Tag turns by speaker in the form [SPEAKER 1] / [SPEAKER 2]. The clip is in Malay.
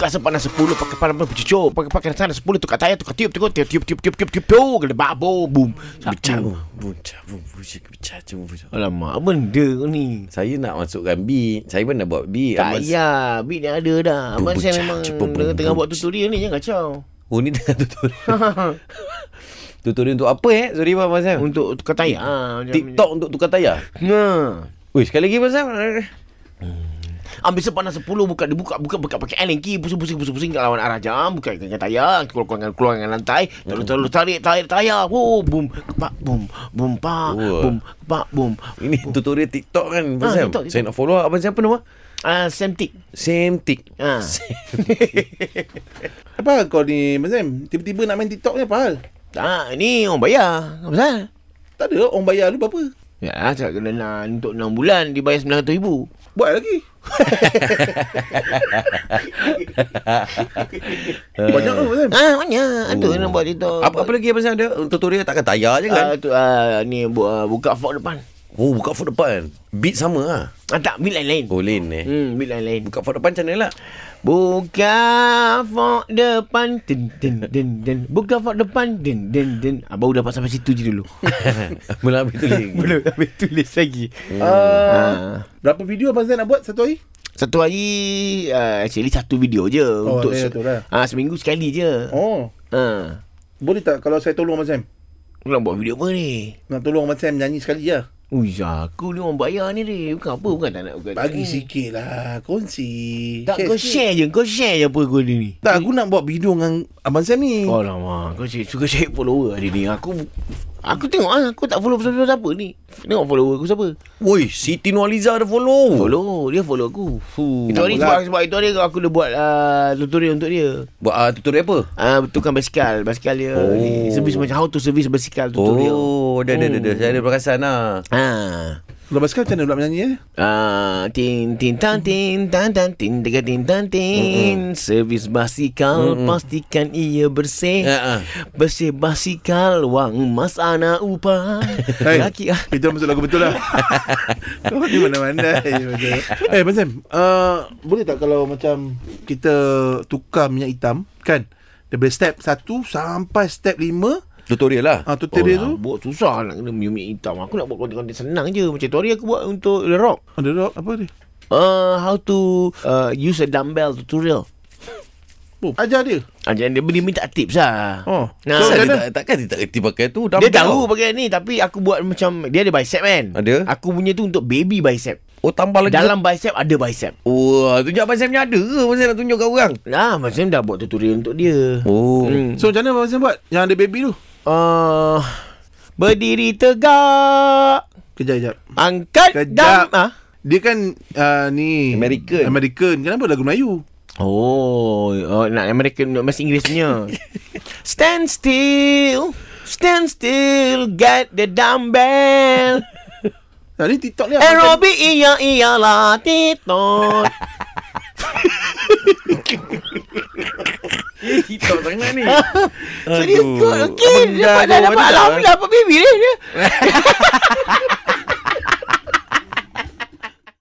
[SPEAKER 1] rasa panas 10 pakai panas bercucuk pakai pakai sana 10 tukar tayar tukar tiup tukar tiup tiup tiup tiup tiup tiup tiup kena babo boom
[SPEAKER 2] Bicara
[SPEAKER 1] satu
[SPEAKER 2] Bicara Bicara Bicara
[SPEAKER 1] alamak apa benda kau ni
[SPEAKER 2] Saya nak masukkan beat Saya pun nak buat Ah, beat
[SPEAKER 1] tak
[SPEAKER 2] Abang-
[SPEAKER 1] payah Beat dah ada dah Abang
[SPEAKER 2] Bum,
[SPEAKER 1] saya
[SPEAKER 2] bum,
[SPEAKER 1] memang
[SPEAKER 2] cak, bum, bum,
[SPEAKER 1] tengah, tengah
[SPEAKER 2] bum,
[SPEAKER 1] buat tutorial ni Jangan kacau
[SPEAKER 2] Oh ni tengah tutorial Tutorial untuk apa eh Sorry Abang Sam
[SPEAKER 1] Untuk tukar tayar ha, macam-
[SPEAKER 2] TikTok untuk tukar tayar
[SPEAKER 1] Nah.
[SPEAKER 2] Ui sekali lagi Abang Sam
[SPEAKER 1] Ambil sepanah 10 buka dia buka buka buka pakai allen key pusing-pusing pusing-pusing kat lawan arah jam buka dengan tayar keluar keluar dengan keluar dengan lantai terus terus tarik tarik tayar oh boom kepak boom boom pak
[SPEAKER 2] Wah.
[SPEAKER 1] boom kepak boom
[SPEAKER 2] Ini
[SPEAKER 3] Oh.
[SPEAKER 2] tutorial TikTok kan Abang
[SPEAKER 1] Ah,
[SPEAKER 2] Sam
[SPEAKER 1] TikTok,
[SPEAKER 2] Saya nak follow Abang Sam apa nama
[SPEAKER 1] ah same tick
[SPEAKER 2] Sam Tik
[SPEAKER 1] ah
[SPEAKER 3] Apa kau ni Abang Sam Tiba-tiba nak main TikTok ni apa hal
[SPEAKER 1] tak ni orang bayar apa pasal
[SPEAKER 3] Tak ada orang bayar lu berapa
[SPEAKER 1] ya cakap kena nak untuk 6 bulan dibayar 900 ribu
[SPEAKER 3] Buat lagi Banyak tu Abang Sam
[SPEAKER 1] ah banyak tu nak buat itu
[SPEAKER 2] Oh, apa, apa lagi Abang Sam ada Tutorial takkan tayar je
[SPEAKER 1] ah,
[SPEAKER 2] kan
[SPEAKER 1] tu, ah, ni bu, ah, buka fog depan
[SPEAKER 2] Oh buka for depan Beat sama lah
[SPEAKER 1] ah, tak bil lain-lain
[SPEAKER 2] Oh lain eh
[SPEAKER 1] hmm bil lain-lain
[SPEAKER 2] Buka for depan macam mana lah
[SPEAKER 1] Buka fok depan den den den den buka fok depan den den den ah, baru dapat sampai situ je dulu
[SPEAKER 2] Mula habis tulis
[SPEAKER 1] belum habis tulis lagi
[SPEAKER 3] Ah,
[SPEAKER 1] Ah.
[SPEAKER 3] Berapa video Abang Sam nak buat satu hari
[SPEAKER 1] satu hari uh, actually satu video je
[SPEAKER 3] Oh,
[SPEAKER 1] untuk
[SPEAKER 3] ada
[SPEAKER 1] se-
[SPEAKER 3] tu lah.
[SPEAKER 1] ah seminggu sekali je ha
[SPEAKER 3] Oh Boleh tak kalau saya tolong Abang Sam
[SPEAKER 1] Kau nak buat video apa ni
[SPEAKER 3] Nak tolong Abang Sam nyanyi sekali lah
[SPEAKER 1] Ui, ya. aku ni orang bayar ni ni. Bukan apa, bukan tak nak bukan. tak
[SPEAKER 3] Bagi
[SPEAKER 1] nak.
[SPEAKER 3] sikit lah Kongsi
[SPEAKER 1] Hmm. Tak kau
[SPEAKER 3] sikit.
[SPEAKER 1] share je, kau share je apa kau ni ni.
[SPEAKER 3] Tak aku nak buat video dengan Abang Sam ni
[SPEAKER 1] Oh lama, kau cik, suka cari follower hari ni. Aku aku tengok ah, aku tak follow siapa-siapa ni. Tengok follower aku siapa.
[SPEAKER 2] Woi Siti Nualiza ada follow
[SPEAKER 1] Follow Dia follow aku
[SPEAKER 2] Fuh.
[SPEAKER 1] Itu hari sebab,
[SPEAKER 3] Tak
[SPEAKER 1] sebab itu hari Aku dah buat uh, Tutorial untuk dia
[SPEAKER 2] Buat uh, tutorial apa
[SPEAKER 1] uh, Tukang basikal Basikal dia
[SPEAKER 2] Oh.
[SPEAKER 1] ni Servis macam How to service basikal Tutorial
[SPEAKER 2] Oh dah dah dah, dah. Saya ada perasan lah
[SPEAKER 1] Ha.
[SPEAKER 3] Kalau Abang Sam macam mana pula menyanyi eh
[SPEAKER 1] Ah, tin tin tan tin tan tan tin tiga tin tan tin servis basikal pastikan ia bersih
[SPEAKER 2] Ha,
[SPEAKER 3] Ya.
[SPEAKER 2] ha.
[SPEAKER 1] bersih basikal wang mas ana upah
[SPEAKER 3] Hai,
[SPEAKER 1] laki ah
[SPEAKER 3] Kita masuk lagu betul lah Kau ni mana-mana Eh Abang Sam uh, Boleh tak kalau macam Kita tukar minyak hitam Kan Daripada step 1 Sampai step 5 uh,
[SPEAKER 2] Tutorial lah
[SPEAKER 1] Ah,
[SPEAKER 3] Tutorial tu
[SPEAKER 1] buat susah nak kena mimik hitam aku nak buat konten-konten senang je macam tu hari aku buat untuk The Rock
[SPEAKER 3] Ada rock apa dia
[SPEAKER 1] uh, how to uh, use a dumbbell tutorial.
[SPEAKER 3] oh, Ajar dia
[SPEAKER 1] Ah, jadi dia, dia minta tips lah.
[SPEAKER 3] Oh.
[SPEAKER 1] Nah, dia,
[SPEAKER 2] Asal
[SPEAKER 3] So,
[SPEAKER 2] dia
[SPEAKER 3] macam
[SPEAKER 2] tak, takkan dia tak kerti pakai tu
[SPEAKER 1] dia
[SPEAKER 2] dumbbell.
[SPEAKER 1] tahu pakai ni tapi aku buat macam dia ada bicep kan.
[SPEAKER 2] Ada.
[SPEAKER 1] Aku punya tu untuk baby bicep.
[SPEAKER 2] Oh tambah lagi
[SPEAKER 1] Dalam bicep ada bicep.
[SPEAKER 2] Wah tunjuk Abang Sam ni ada ke Abang Sam nak tunjuk kat orang
[SPEAKER 1] Nah, Ha, macam dah buat tutorial untuk dia.
[SPEAKER 2] Oh
[SPEAKER 1] Hmm.
[SPEAKER 3] So macam mana Abang Sam buat Yang ada baby tu
[SPEAKER 1] Uh, berdiri tegak.
[SPEAKER 3] Kejap kejap
[SPEAKER 1] Angkat dam.
[SPEAKER 3] Kejap.
[SPEAKER 1] Ah.
[SPEAKER 3] Dia kan uh, ni
[SPEAKER 2] American.
[SPEAKER 3] American Kenapa lagu Melayu
[SPEAKER 1] Oh, oh nak American nak bahasa Inggeris punya. Stand still. Stand still. Get the dumbbell.
[SPEAKER 3] Nah, Ah, ni TikTok ni Abang Sam-
[SPEAKER 1] Aerobic iya iyalah titot.
[SPEAKER 2] TikTok Eh, sangat ni
[SPEAKER 1] Serius kot. Okey,
[SPEAKER 2] Abang
[SPEAKER 1] dapat lah, dah
[SPEAKER 2] dah jawab
[SPEAKER 1] dapat
[SPEAKER 2] tak?
[SPEAKER 1] alhamdulillah apa baby dia.